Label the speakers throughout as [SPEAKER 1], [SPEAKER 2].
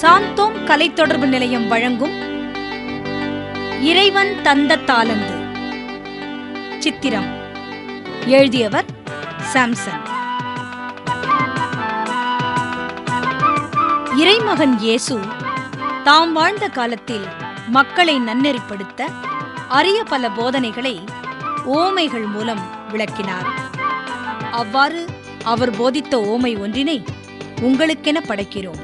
[SPEAKER 1] சாந்தோம் கலை தொடர்பு நிலையம் வழங்கும் இறைவன் தந்த தாளந்து சித்திரம் எழுதியவர் சாம்சன் இறைமகன் இயேசு தாம் வாழ்ந்த காலத்தில் மக்களை நன்னெறிப்படுத்த அரிய பல போதனைகளை ஓமைகள் மூலம் விளக்கினார் அவ்வாறு அவர் போதித்த ஓமை ஒன்றினை உங்களுக்கென படைக்கிறோம்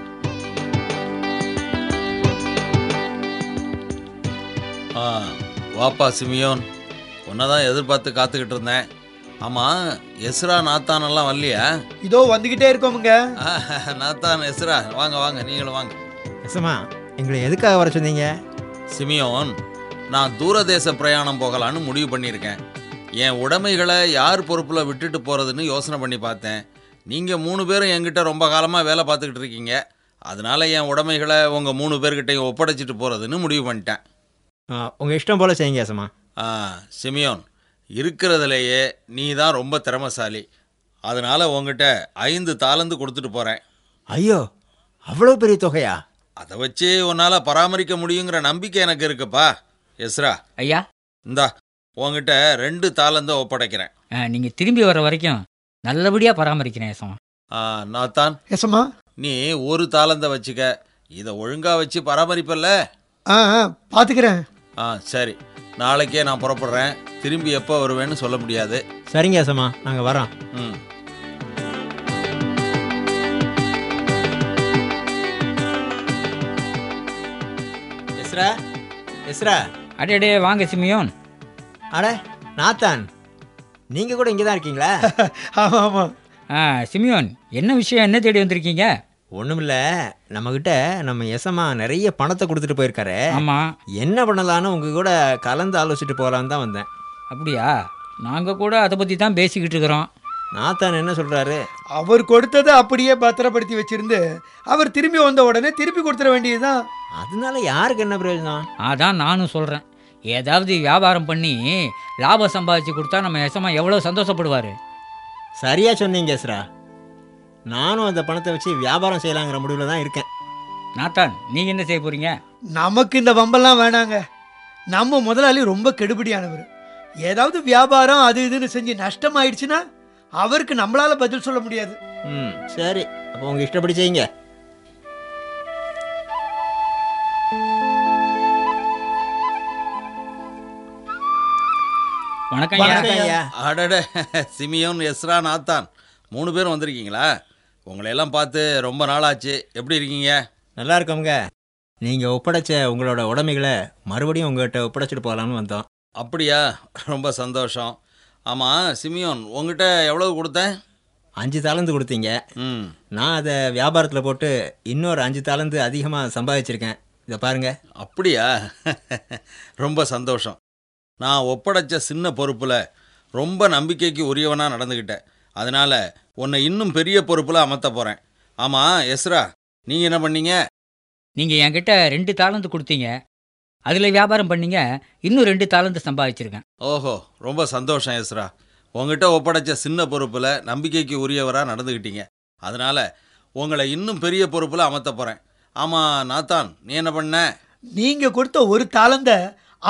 [SPEAKER 2] ஆ வாப்பா சிமியோன் உன்னை தான் எதிர்பார்த்து காத்துக்கிட்டு இருந்தேன் ஆமாம் எஸ்ரா நாத்தானெல்லாம் வரலையா
[SPEAKER 3] இதோ வந்துகிட்டே இருக்கோமுங்க
[SPEAKER 2] ஆ, நாத்தான் எஸ்ரா வாங்க வாங்க நீங்களும் வாங்க
[SPEAKER 4] எசமா எங்களை எதுக்காக வர சொன்னீங்க
[SPEAKER 2] சிமியோன் நான் தூரதேச பிரயாணம் போகலான்னு முடிவு பண்ணியிருக்கேன் என் உடைமைகளை யார் பொறுப்பில் விட்டுட்டு போகிறதுன்னு யோசனை பண்ணி பார்த்தேன் நீங்கள் மூணு பேரும் என்கிட்ட ரொம்ப காலமாக வேலை பார்த்துக்கிட்டு இருக்கீங்க அதனால என் உடைமைகளை உங்கள் மூணு பேர்கிட்டையும் ஒப்படைச்சிட்டு போகிறதுன்னு முடிவு பண்ணிட்டேன்
[SPEAKER 4] ஆ, உங்க இஷ்டம் போல செய்யுங்க எசமா
[SPEAKER 2] ஆ சிமியோன் இருக்கிறதுலையே நீ தான் ரொம்ப திறமசாலி அதனால உங்ககிட்ட ஐந்து தாளந்து கொடுத்துட்டு போகிறேன்
[SPEAKER 4] ஐயோ அவ்வளோ பெரிய தொகையா
[SPEAKER 2] அதை வச்சு உன்னால் பராமரிக்க முடியுங்கிற நம்பிக்கை எனக்கு இருக்குப்பா எஸ்ரா
[SPEAKER 5] ஐயா
[SPEAKER 2] இந்தா உங்ககிட்ட ரெண்டு தாளந்து ஒப்படைக்கிறேன்
[SPEAKER 5] நீங்கள் திரும்பி வர வரைக்கும் நல்லபடியாக பராமரிக்கிறேன் ஏசமா
[SPEAKER 2] ஆ, நாத்தான்
[SPEAKER 3] எசமா
[SPEAKER 2] நீ ஒரு தாளந்த வச்சுக்க இதை ஒழுங்காக வச்சு பராமரிப்பல்ல
[SPEAKER 3] ஆ ஆ பார்த்துக்கிறேன்
[SPEAKER 2] ஆ சரி நாளைக்கே நான் புறப்படுறேன் திரும்பி எப்போ வருவேன்னு சொல்ல முடியாது
[SPEAKER 4] சரிங்க எசமா நாங்கள் வரோம்
[SPEAKER 2] ம்
[SPEAKER 4] எஸ்ரா எஸ்ரா
[SPEAKER 5] அடே வாங்க சிமியோன்
[SPEAKER 4] அட நாத்தான் நீங்க கூட இங்கே தான் இருக்கீங்களா
[SPEAKER 3] ஆமாம் ஆமாம்
[SPEAKER 5] ஆ சிமியோன் என்ன விஷயம் என்ன தேடி வந்திருக்கீங்க
[SPEAKER 4] ஒன்றும் இல்லை நம்மக்கிட்ட நம்ம எசமா நிறைய பணத்தை கொடுத்துட்டு போயிருக்காரு
[SPEAKER 5] ஆமாம்
[SPEAKER 4] என்ன பண்ணலான்னு உங்க கூட கலந்து ஆலோசிச்சுட்டு போகலான்னு தான் வந்தேன்
[SPEAKER 5] அப்படியா நாங்கள் கூட அதை பற்றி தான் பேசிக்கிட்டு இருக்கிறோம்
[SPEAKER 4] நாத்தான் என்ன சொல்றாரு
[SPEAKER 3] அவர் கொடுத்ததை அப்படியே பத்திரப்படுத்தி வச்சிருந்து அவர் திரும்பி வந்த உடனே திருப்பி கொடுத்துட வேண்டியதுதான்
[SPEAKER 4] அதனால யாருக்கு என்ன பிரயோஜனம்
[SPEAKER 5] அதான் நானும் சொல்கிறேன் ஏதாவது வியாபாரம் பண்ணி லாபம் சம்பாதிச்சு கொடுத்தா நம்ம எசமா எவ்வளோ சந்தோஷப்படுவார்
[SPEAKER 4] சரியா சொன்னீங்க எஸ்ரா நானும் அந்த பணத்தை வச்சு வியாபாரம் செய்யலாங்கிற முடிவில் தான் இருக்கேன்
[SPEAKER 5] நாத்தான் நீங்கள் என்ன செய்ய போகிறீங்க
[SPEAKER 3] நமக்கு இந்த வம்பெல்லாம் வேணாங்க நம்ம முதலாளி ரொம்ப கெடுபிடியானவர் ஏதாவது வியாபாரம் அது இதுன்னு செஞ்சு நஷ்டமாயிடுச்சுன்னா அவருக்கு நம்மளால பதில் சொல்ல முடியாது
[SPEAKER 4] ம் சரி அப்போ உங்கள் இஷ்டப்படி செய்யுங்க
[SPEAKER 5] வணக்கம் ஐயா
[SPEAKER 3] வணக்கம். ஐயா.
[SPEAKER 2] அடட சிமியோன் எஸ்ரா நாத்தான் மூணு பேரும் வந்திருக்கீங்களா உங்களை எல்லாம் பார்த்து ரொம்ப நாளாச்சு எப்படி இருக்கீங்க
[SPEAKER 4] நல்லா இருக்கோங்க நீங்கள் ஒப்படைச்ச உங்களோட உடைமைகளை மறுபடியும் உங்கள்கிட்ட ஒப்படைச்சிட்டு போகலாம்னு வந்தோம்
[SPEAKER 2] அப்படியா ரொம்ப சந்தோஷம் ஆமாம் சிமியோன் உங்ககிட்ட எவ்வளவு கொடுத்தேன்
[SPEAKER 4] அஞ்சு தாளந்து கொடுத்தீங்க
[SPEAKER 2] ம்
[SPEAKER 4] நான் அதை வியாபாரத்தில் போட்டு இன்னொரு அஞ்சு தாளந்து அதிகமாக சம்பாதிச்சிருக்கேன் இதை பாருங்க
[SPEAKER 2] அப்படியா ரொம்ப சந்தோஷம் நான் ஒப்படைச்ச சின்ன பொறுப்பில் ரொம்ப நம்பிக்கைக்கு உரியவனாக நடந்துக்கிட்டேன் அதனால் உன்னை இன்னும் பெரிய பொறுப்பில் அமர்த்த போகிறேன் ஆமாம் எஸ்ரா நீங்கள் என்ன பண்ணீங்க
[SPEAKER 5] நீங்கள் என்கிட்ட ரெண்டு தாளந்து கொடுத்தீங்க அதில் வியாபாரம் பண்ணீங்க இன்னும் ரெண்டு தாளந்து சம்பாதிச்சிருக்கேன்
[SPEAKER 2] ஓஹோ ரொம்ப சந்தோஷம் எஸ்ரா உங்ககிட்ட ஒப்படைச்ச சின்ன பொறுப்பில் நம்பிக்கைக்கு உரியவராக நடந்துக்கிட்டீங்க அதனால் உங்களை இன்னும் பெரிய பொறுப்பில் அமர்த்த போகிறேன் ஆமாம் நாத்தான் நீ என்ன பண்ண
[SPEAKER 3] நீங்க கொடுத்த ஒரு தாளந்த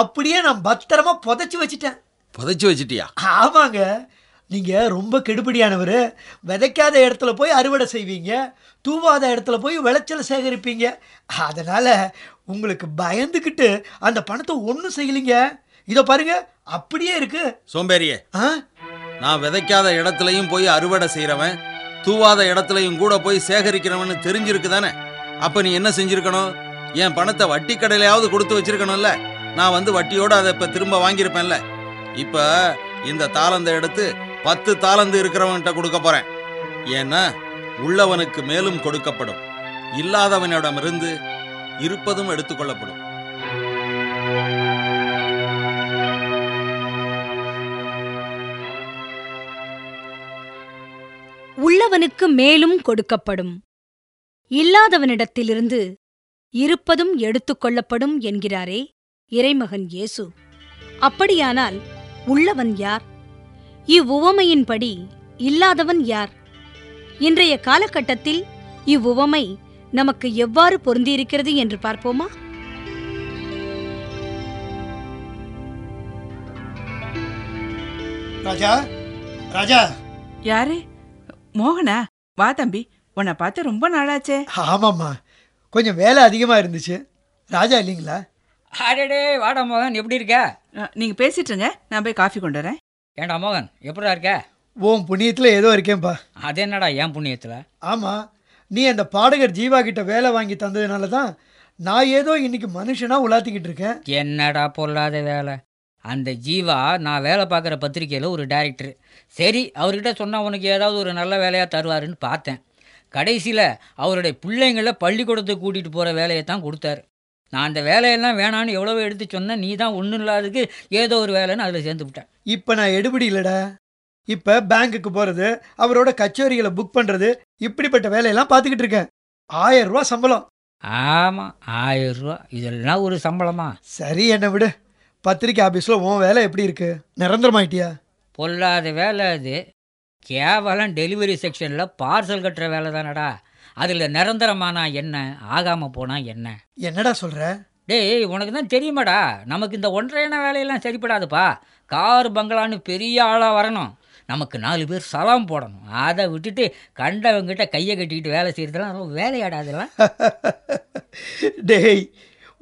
[SPEAKER 3] அப்படியே நான் பத்திரமா புதைச்சி வச்சிட்டேன்
[SPEAKER 2] புதைச்சி வச்சிட்டியா
[SPEAKER 3] ஆமாங்க நீங்க ரொம்ப கெடுபடியானவர் விதைக்காத இடத்துல போய் அறுவடை செய்வீங்க தூவாத இடத்துல போய் விளைச்சல் சேகரிப்பீங்க அதனால உங்களுக்கு பயந்துக்கிட்டு அந்த பணத்தை ஒன்றும் செய்யலைங்க இதோ பாருங்க அப்படியே இருக்கு
[SPEAKER 2] சோம்பேறியே
[SPEAKER 3] ஆ
[SPEAKER 2] நான் விதைக்காத இடத்துலையும் போய் அறுவடை செய்கிறவன் தூவாத இடத்துலையும் கூட போய் சேகரிக்கிறவன்னு தெரிஞ்சிருக்கு தானே அப்போ நீ என்ன செஞ்சிருக்கணும் என் பணத்தை வட்டி கடையிலையாவது கொடுத்து வச்சிருக்கணும்ல நான் வந்து வட்டியோட அதை இப்போ திரும்ப வாங்கியிருப்பேன்ல இப்போ இந்த தாளந்தை எடுத்து பத்து தாளந்து இருக்கிறவன்கிட்ட கொடுக்க போகிறேன் ஏன்னா உள்ளவனுக்கு மேலும் கொடுக்கப்படும் இல்லாதவனிடமிருந்து இருப்பதும் எடுத்துக்கொள்ளப்படும்
[SPEAKER 1] உள்ளவனுக்கு மேலும் கொடுக்கப்படும் இல்லாதவனிடத்திலிருந்து இருப்பதும் எடுத்துக்கொள்ளப்படும் என்கிறாரே இறைமகன் இயேசு அப்படியானால் உள்ளவன் யார் இவ்வுவமையின்படி இல்லாதவன் யார் இன்றைய காலகட்டத்தில் இவ்வுவமை நமக்கு எவ்வாறு பொருந்தியிருக்கிறது என்று பார்ப்போமா
[SPEAKER 3] ராஜா ராஜா
[SPEAKER 6] யாரு மோகனா வா தம்பி உன்னை பார்த்து ரொம்ப நாளாச்சே
[SPEAKER 3] ஆமாம்மா கொஞ்சம் வேலை அதிகமாக இருந்துச்சு ராஜா இல்லைங்களா
[SPEAKER 5] அடடே வாடா மோகன் எப்படி இருக்க
[SPEAKER 6] அஹ், நீங்க பேசிட்டு இருங்க நான் போய் காஃபி கொண்டு வரேன்
[SPEAKER 5] ஏண்டா மோகன் எப்படிடா இருக்க
[SPEAKER 3] உன் புண்ணியத்தில் ஏதோ இருக்கேன்ப்பா
[SPEAKER 5] அது என்னடா என் புண்ணியத்தில்
[SPEAKER 3] ஆமாம் நீ அந்த பாடகர் ஜீவா கிட்ட வேலை வாங்கி தந்ததுனால தான் நான் ஏதோ இன்னைக்கு மனுஷனாக உலாத்திக்கிட்டு இருக்கேன்
[SPEAKER 5] என்னடா பொல்லாத வேலை அந்த ஜீவா நான் வேலை பார்க்குற பத்திரிக்கையில் ஒரு டைரக்டர் சரி அவர்கிட்ட சொன்னால் உனக்கு ஏதாவது ஒரு நல்ல வேலையாக தருவாருன்னு பார்த்தேன் கடைசியில் அவருடைய பிள்ளைங்கள பள்ளிக்கூடத்துக்கு கூட்டிகிட்டு போகிற வேலையை தான் கொடுத்தாரு நான் அந்த வேலையெல்லாம் வேணான்னு எவ்வளவோ எடுத்து சொன்னேன் நீ தான் ஒன்றும் இல்லாததுக்கு ஏதோ ஒரு வேலைன்னு அதில் சேர்ந்து விட்டேன்
[SPEAKER 3] இப்போ நான் எடுபடி இல்லைடா இப்போ பேங்க்குக்கு போகிறது அவரோட கச்சேரிகளை புக் பண்ணுறது இப்படிப்பட்ட வேலையெல்லாம் பார்த்துக்கிட்டு இருக்கேன் ஆயிரம் ரூபா சம்பளம்
[SPEAKER 5] ஆமாம் ஆயிரம் ரூபா இதெல்லாம் ஒரு சம்பளமா
[SPEAKER 3] சரி என்னை விடு பத்திரிக்கை ஆஃபீஸில் உன் வேலை எப்படி இருக்கு நிரந்தரமாயிட்டியா
[SPEAKER 5] பொல்லாத வேலை அது கேவலம் டெலிவரி செக்ஷனில் பார்சல் கட்டுற வேலை தானடா அதில் நிரந்தரமானா என்ன ஆகாமல் போனால் என்ன
[SPEAKER 3] என்னடா சொல்கிற
[SPEAKER 5] டேய் உனக்கு தான் தெரியுமாடா நமக்கு இந்த ஒன்றையான வேலையெல்லாம் சரிப்படாதுப்பா கார் பங்களான்னு பெரிய ஆளாக வரணும் நமக்கு நாலு பேர் சலாம் போடணும் அதை விட்டுட்டு கண்டவங்கிட்ட கையை கட்டிக்கிட்டு வேலை செய்கிறதுலாம் ரொம்ப வேலையாடா அதெல்லாம்
[SPEAKER 3] டேய்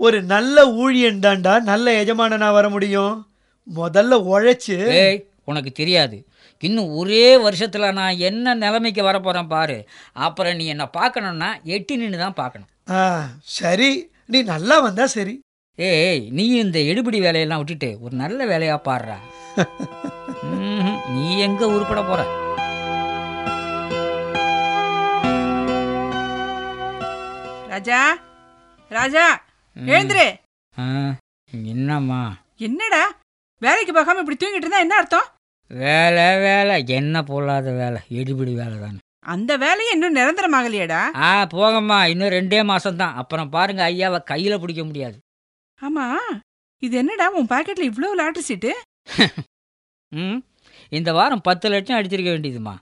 [SPEAKER 3] ஒரு நல்ல ஊழியன் தான்டா நல்ல எஜமானனா வர முடியும் முதல்ல உழைச்சு
[SPEAKER 5] டேய் உனக்கு தெரியாது இன்னும் ஒரே வருஷத்தில் நான் என்ன நிலைமைக்கு வரப்போகிறேன் பாரு அப்புறம் நீ என்னை பார்க்கணுன்னா எட்டி நின்று தான் பார்க்கணும்
[SPEAKER 3] ஆ சரி நீ நல்லா வந்தா சரி
[SPEAKER 5] ஏய் நீ இந்த எடுபிடி வேலையெல்லாம் விட்டுட்டு ஒரு நல்ல வேலையாக பாடுறா ம்ஹும், நீ எங்கே உருப்பட போகிற
[SPEAKER 6] ராஜா ராஜா எழுந்துரு
[SPEAKER 5] ஆ, என்னம்மா
[SPEAKER 6] என்னடா வேலைக்கு போகாம இப்படி தூங்கிட்டு இருந்தா என்ன அர்த்தம்
[SPEAKER 5] வேலை வேலை என்ன பொல்லாத வேலை எடுபிடி வேலை தானே
[SPEAKER 6] அந்த வேலையை இன்னும் நிரந்தரமாகலையேடா
[SPEAKER 5] ஆ போங்கம்மா இன்னும் ரெண்டே மாசம்தான் அப்புறம் பாருங்க ஐயாவை கையில் பிடிக்க முடியாது
[SPEAKER 6] ஆமா இது என்னடா உன் பாக்கெட்ல இவ்வளவு லாட்டரி சீட்டு
[SPEAKER 5] ம் இந்த வாரம் பத்து லட்சம் அடிச்சிருக்க வேண்டியதுமா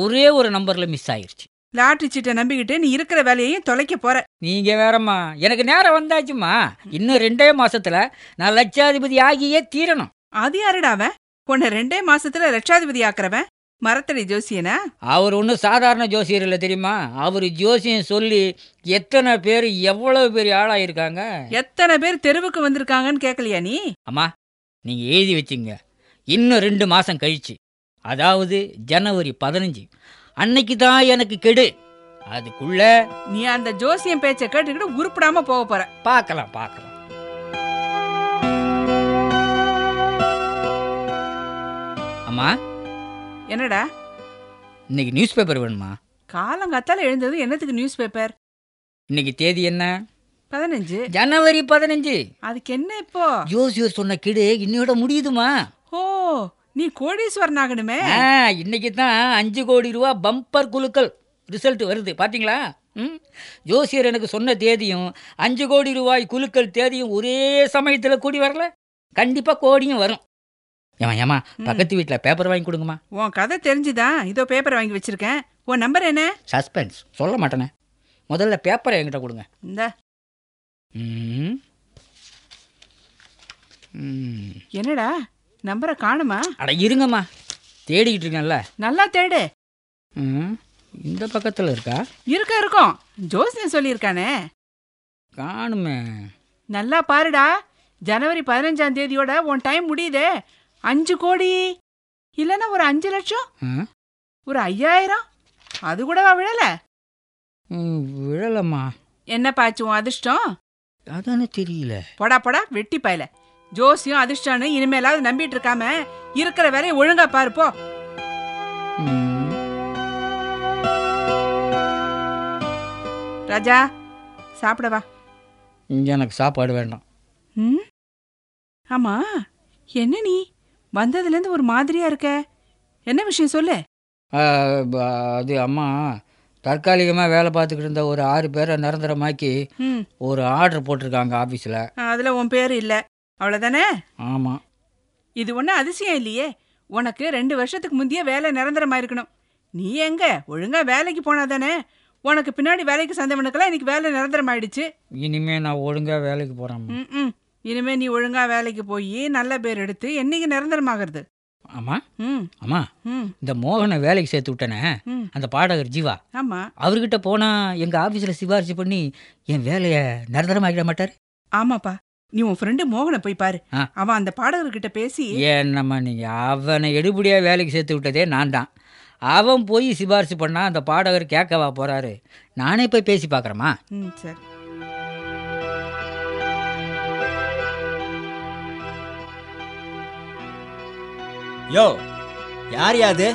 [SPEAKER 5] ஒரே ஒரு நம்பரில் மிஸ் ஆயிருச்சு
[SPEAKER 6] லாட்டரி சீட்டை நம்பிக்கிட்டு நீ இருக்கிற வேலையையும் தொலைக்க போற
[SPEAKER 5] நீங்கள் வேறம்மா எனக்கு நேரம் வந்தாச்சும்மா இன்னும் ரெண்டே மாசத்துல நான் லட்சாதிபதி ஆகியே தீரணும்
[SPEAKER 6] அது யாருடா அவன் உன்னை ரெண்டே மாசத்துல லட்சாதிபதி ஆக்குறவன் மரத்தடி ஜோசியனா
[SPEAKER 5] அவர் ஒன்றும் சாதாரண ஜோசியர் இல்லை தெரியுமா அவர் ஜோசியம் சொல்லி எத்தனை பேர் எவ்வளவு பெரிய ஆளாயிருக்காங்க
[SPEAKER 6] எத்தனை பேர் தெருவுக்கு வந்திருக்காங்கன்னு கேட்கலையா நீ
[SPEAKER 5] அம்மா நீங்கள் எழுதி வச்சுங்க இன்னும் ரெண்டு மாதம் கழிச்சு அதாவது ஜனவரி பதினஞ்சு அன்னைக்கு தான் எனக்கு கெடு அதுக்குள்ள
[SPEAKER 6] நீ அந்த ஜோசியம் பேச்சை கேட்டுக்கிட்டு உருப்படாம போக போற
[SPEAKER 5] பார்க்கலாம் பார்க்கலாம் அம்மா
[SPEAKER 6] என்னடா
[SPEAKER 5] இன்னைக்கு நியூஸ் பேப்பர் வேணுமா
[SPEAKER 6] காலங்காத்தால எழுந்தது என்னத்துக்கு நியூஸ் பேப்பர்
[SPEAKER 5] இன்னைக்கு தேதி என்ன
[SPEAKER 6] பதினஞ்சு
[SPEAKER 5] ஜனவரி பதினஞ்சு
[SPEAKER 6] அதுக்கு என்ன இப்போ
[SPEAKER 5] ஜோசியர் சொன்ன கெடு இன்னையோட முடியுதுமா
[SPEAKER 6] ஓ நீ கோடீஸ்வரன் ஆகணுமே
[SPEAKER 5] ஆ இன்னைக்கு தான் அஞ்சு கோடி ரூபா பம்பர் குலுக்கல் ரிசல்ட் வருது பார்த்தீங்களா ம் ஜோசியர் எனக்கு சொன்ன தேதியும் அஞ்சு கோடி ரூபாய் குலுக்கல் தேதியும் ஒரே சமயத்தில் கூடி வரல கண்டிப்பாக கோடியும் வரும் ஏமா ஏமா பக்கத்து வீட்டில் பேப்பர் வாங்கி கொடுங்கம்மா
[SPEAKER 6] உன் கதை தெரிஞ்சுதான் இதோ பேப்பர் வாங்கி வச்சிருக்கேன் உன் நம்பர் என்ன
[SPEAKER 5] சஸ்பென்ஸ் சொல்ல மாட்டேனே முதல்ல பேப்பரை என்கிட்ட கொடுங்க
[SPEAKER 6] இந்த
[SPEAKER 5] ம் ம்.
[SPEAKER 6] என்னடா நம்பரை காணுமா
[SPEAKER 5] அட இருங்கம்மா தேடிக்கிட்டு இருக்கேன்ல
[SPEAKER 6] நல்லா தேடு
[SPEAKER 5] ம் இந்த பக்கத்தில் இருக்கா
[SPEAKER 6] இருக்க இருக்கும் ஜோசியம் சொல்லியிருக்கானே
[SPEAKER 5] காணுமே
[SPEAKER 6] நல்லா பாருடா ஜனவரி பதினஞ்சாம் தேதியோட உன் டைம் முடியுதே அஞ்சு கோடி இல்லைன்னா ஒரு அஞ்சு லட்சம்
[SPEAKER 5] ம்
[SPEAKER 6] ஒரு ஐயாயிரம் அது கூடவா விழல
[SPEAKER 5] ம், விழலம்மா
[SPEAKER 6] என்னப்பா ஆச்சு உன் அதிர்ஷ்டம்
[SPEAKER 5] அதானே தெரியல
[SPEAKER 6] போடா போடா வெட்டி பாயல ஜோசியம் அதிர்ஷ்டம்னு இனிமேலாவது நம்பிட்டு இருக்காம இருக்கிற வேலையை ஒழுங்கா பாரு போ
[SPEAKER 5] ம்.
[SPEAKER 6] ராஜா சாப்பிடவா
[SPEAKER 5] இங்க எனக்கு சாப்பாடு வேண்டாம்
[SPEAKER 6] ம் ஆமா என்ன நீ வந்ததுலேருந்து ஒரு மாதிரியா இருக்க என்ன விஷயம் சொல்லு
[SPEAKER 5] ஆ, ப- அது அம்மா தற்காலிகமாக வேலை பார்த்துக்கிட்டு இருந்த ஒரு ஆறு பேரை நிரந்தரமாக்கி
[SPEAKER 6] ம்
[SPEAKER 5] ஒரு ஆர்டர் போட்டிருக்காங்க ஆஃபீஸில்
[SPEAKER 6] அதில் உன் பேர் இல்லை அவ்வளோதானே
[SPEAKER 5] ஆமாம்
[SPEAKER 6] இது ஒன்றும் அதிசயம் இல்லையே உனக்கு ரெண்டு வருஷத்துக்கு முந்தைய வேலை நிரந்தரமா இருக்கணும் நீ எங்க ஒழுங்கா வேலைக்கு போனாதானே உனக்கு பின்னாடி வேலைக்கு சந்தவனுக்கெல்லாம் இன்னைக்கு வேலை நிரந்தரம் ஆயிடுச்சு
[SPEAKER 5] இனிமே நான் ஒழுங்கா வேலைக்கு போறேன்
[SPEAKER 6] ம் இனிமே நீ ஒழுங்கா வேலைக்கு போய் நல்ல பேர் எடுத்து என்னைக்கு நிரந்தரமாகிறது
[SPEAKER 5] ஆமா
[SPEAKER 6] ம்
[SPEAKER 5] ஆமா
[SPEAKER 6] ம்
[SPEAKER 5] இந்த மோகனை வேலைக்கு சேர்த்து விட்டனே
[SPEAKER 6] ம்
[SPEAKER 5] அந்த பாடகர் ஜீவா
[SPEAKER 6] ஆமா
[SPEAKER 5] அவர்கிட்ட போனா எங்க ஆபீஸ்ல சிபாரிசு பண்ணி என் வேலையை நிரந்தரமாக்கிட மாட்டார்
[SPEAKER 6] ஆமாப்பா நீ உன் ஃப்ரெண்டு மோகனை போய் பாரு
[SPEAKER 5] ஆ.
[SPEAKER 6] அவன் அந்த பாடகர்கிட்ட பேசி
[SPEAKER 5] என்னம்மா நீங்க அவனை எடுபடியா வேலைக்கு சேர்த்து விட்டதே நான் தான் அவன் போய் சிபாரிசு பண்ணா அந்த பாடகர் கேட்கவா போறாரு நானே போய் பேசி பார்க்கறேம்மா
[SPEAKER 6] ம் சரி
[SPEAKER 4] யோ யார் யாது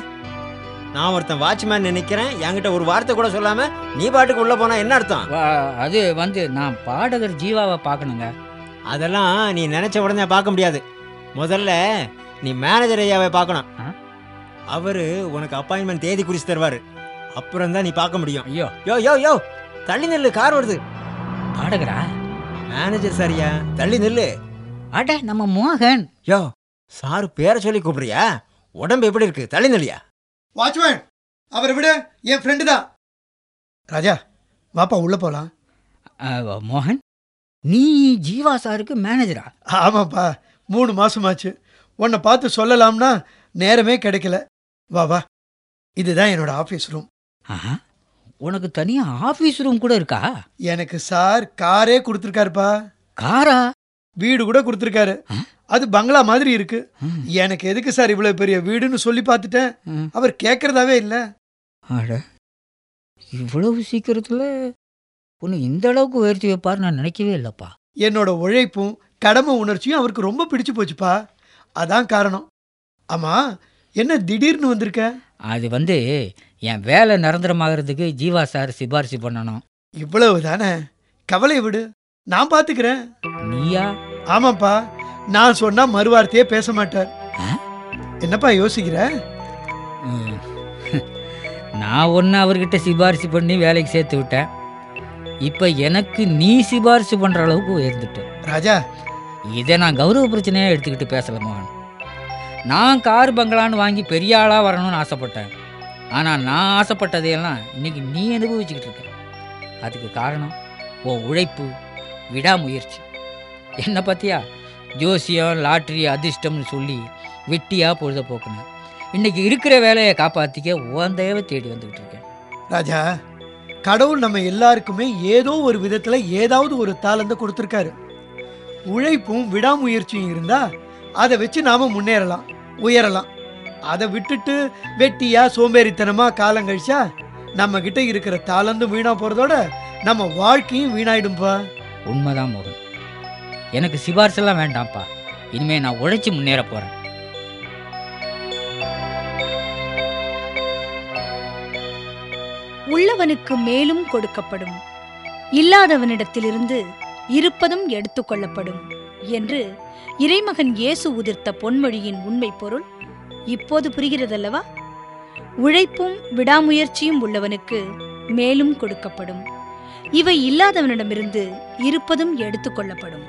[SPEAKER 4] நான் ஒருத்தன் வாட்ச்மேன் நினைக்கிறேன் என்கிட்ட ஒரு வார்த்தை கூட சொல்லாம நீ பாட்டுக்கு உள்ள போனா என்ன அர்த்தம்
[SPEAKER 5] வா- அது வந்து நான் பாடகர் ஜீவாவை பார்க்கணுங்க
[SPEAKER 4] அதெல்லாம் நீ நினைச்ச உடனே பார்க்க முடியாது முதல்ல நீ மேனேஜர் ஐயாவை பார்க்கணும்
[SPEAKER 5] ஆ?
[SPEAKER 4] அவரு உனக்கு அப்பாயின்மெண்ட் தேதி குறிச்சு தருவாரு அப்புறம் தான் நீ பார்க்க முடியும்
[SPEAKER 5] ஐயோ
[SPEAKER 4] யோ யோ யோ தள்ளி நில்லு கார் வருது
[SPEAKER 5] பாடகரா
[SPEAKER 4] மேனேஜர் சரியா தள்ளி நில்லு
[SPEAKER 5] அட நம்ம மோகன்
[SPEAKER 4] யோ சார் பேரை சொல்லி கூப்பிடுறியா உடம்பு எப்படி இருக்கு தள்ளி நில்லியா
[SPEAKER 3] வாட்ச்மேன் அவரை விட என் ஃப்ரெண்டு தான் ராஜா வாப்பா உள்ளே போகலாம்
[SPEAKER 5] அஹ், மோகன் நீ ஜீவா சாருக்கு மேனேஜரா
[SPEAKER 3] ஆமாப்பா மூணு மாசமாச்சு உன்னை பார்த்து சொல்லலாம்னா நேரமே கிடைக்கல வா வா இதுதான் என்னோட ஆஃபீஸ் ரூம்
[SPEAKER 5] ஆஹா உனக்கு தனியா ஆபீஸ் ரூம் கூட இருக்கா
[SPEAKER 3] எனக்கு சார் காரே கொடுத்துருக்காருப்பா
[SPEAKER 5] காரா
[SPEAKER 3] வீடு கூட கொடுத்துருக்காரு அது பங்களா மாதிரி இருக்கு எனக்கு எதுக்கு சார் இவ்வளவு பெரிய வீடுன்னு சொல்லி பார்த்துட்டேன்
[SPEAKER 5] ம்.
[SPEAKER 3] அவர் கேட்கறதாவே இல்லை
[SPEAKER 5] அட இவ்வளவு சீக்கிரத்துல உன்னை இந்த அளவுக்கு உயர்த்தி வைப்பார் நான் நினைக்கவே இல்லப்பா
[SPEAKER 3] என்னோட உழைப்பும் கடமை உணர்ச்சியும் அவருக்கு ரொம்ப பிடிச்சு போச்சுப்பா அதான் காரணம் ஆமா என்ன திடீர்னு வந்திருக்க
[SPEAKER 5] அது வந்து என் வேலை நிரந்தரமாகறதுக்கு ஜீவா சார் சிபாரிசு பண்ணணும்
[SPEAKER 3] இவ்வளவு தானே கவலை விடு நான் பாத்துக்கிறேன்
[SPEAKER 5] நீயா
[SPEAKER 3] ஆமாப்பா நான் சொன்னா மறுவார்த்தையே பேச மாட்டார்
[SPEAKER 5] ஆ?
[SPEAKER 3] என்னப்பா யோசிக்கிற
[SPEAKER 5] ம். நான் ஒன்று அவர்கிட்ட சிபாரிசு பண்ணி வேலைக்கு சேர்த்து விட்டேன் இப்போ எனக்கு நீ சிபாரிசு பண்ணுற அளவுக்கு உயர்ந்துட்ட
[SPEAKER 3] ராஜா
[SPEAKER 5] இதை நான் கௌரவ பிரச்சனையாக எடுத்துக்கிட்டு பேசல மோகன் நான் கார் பங்களான்னு வாங்கி பெரிய ஆளாக வரணும்னு ஆசைப்பட்டேன் ஆனால் நான் ஆசைப்பட்டதையெல்லாம் இன்னைக்கு நீ அனுபவிச்சுக்கிட்டு இருக்க அதுக்கு காரணம் உன் உழைப்பு விடாமுயற்சி என்ன பார்த்தியா ஜோசியம் லாட்ரி அதிர்ஷ்டம்னு சொல்லி வெட்டியாக பொழுத போக்குனேன் இன்னைக்கு இருக்கிற வேலையை காப்பாற்றிக்க உன் தயவை தேடி வந்துக்கிட்டு இருக்கேன்
[SPEAKER 3] ராஜா கடவுள் நம்ம எல்லாருக்குமே ஏதோ ஒரு விதத்துல ஏதாவது ஒரு தாளந்தை கொடுத்துருக்காரு உழைப்பும் விடாமுயற்சியும் இருந்தா அதை வச்சு நாம முன்னேறலாம் உயரலாம் அதை விட்டுட்டு வெட்டியா சோம்பேறித்தனமா காலம் கழிச்சா நம்ம கிட்ட இருக்கிற தாளந்தும் வீணா போறதோட நம்ம வாழ்க்கையும் வீணாயிடும்பா
[SPEAKER 5] உண்மைதான் மோகன் எனக்கு சிபாரிசெல்லாம் வேண்டாம்ப்பா இனிமேல் நான் உழைச்சி முன்னேற போகிறேன்
[SPEAKER 1] உள்ளவனுக்கு மேலும் கொடுக்கப்படும் இல்லாதவனிடத்திலிருந்து இருப்பதும் எடுத்துக்கொள்ளப்படும் என்று இறைமகன் இயேசு உதிர்த்த பொன்மொழியின் உண்மை பொருள் இப்போது புரிகிறதல்லவா உழைப்பும் விடாமுயற்சியும் உள்ளவனுக்கு மேலும் கொடுக்கப்படும் இவை இல்லாதவனிடமிருந்து இருப்பதும் எடுத்துக்கொள்ளப்படும்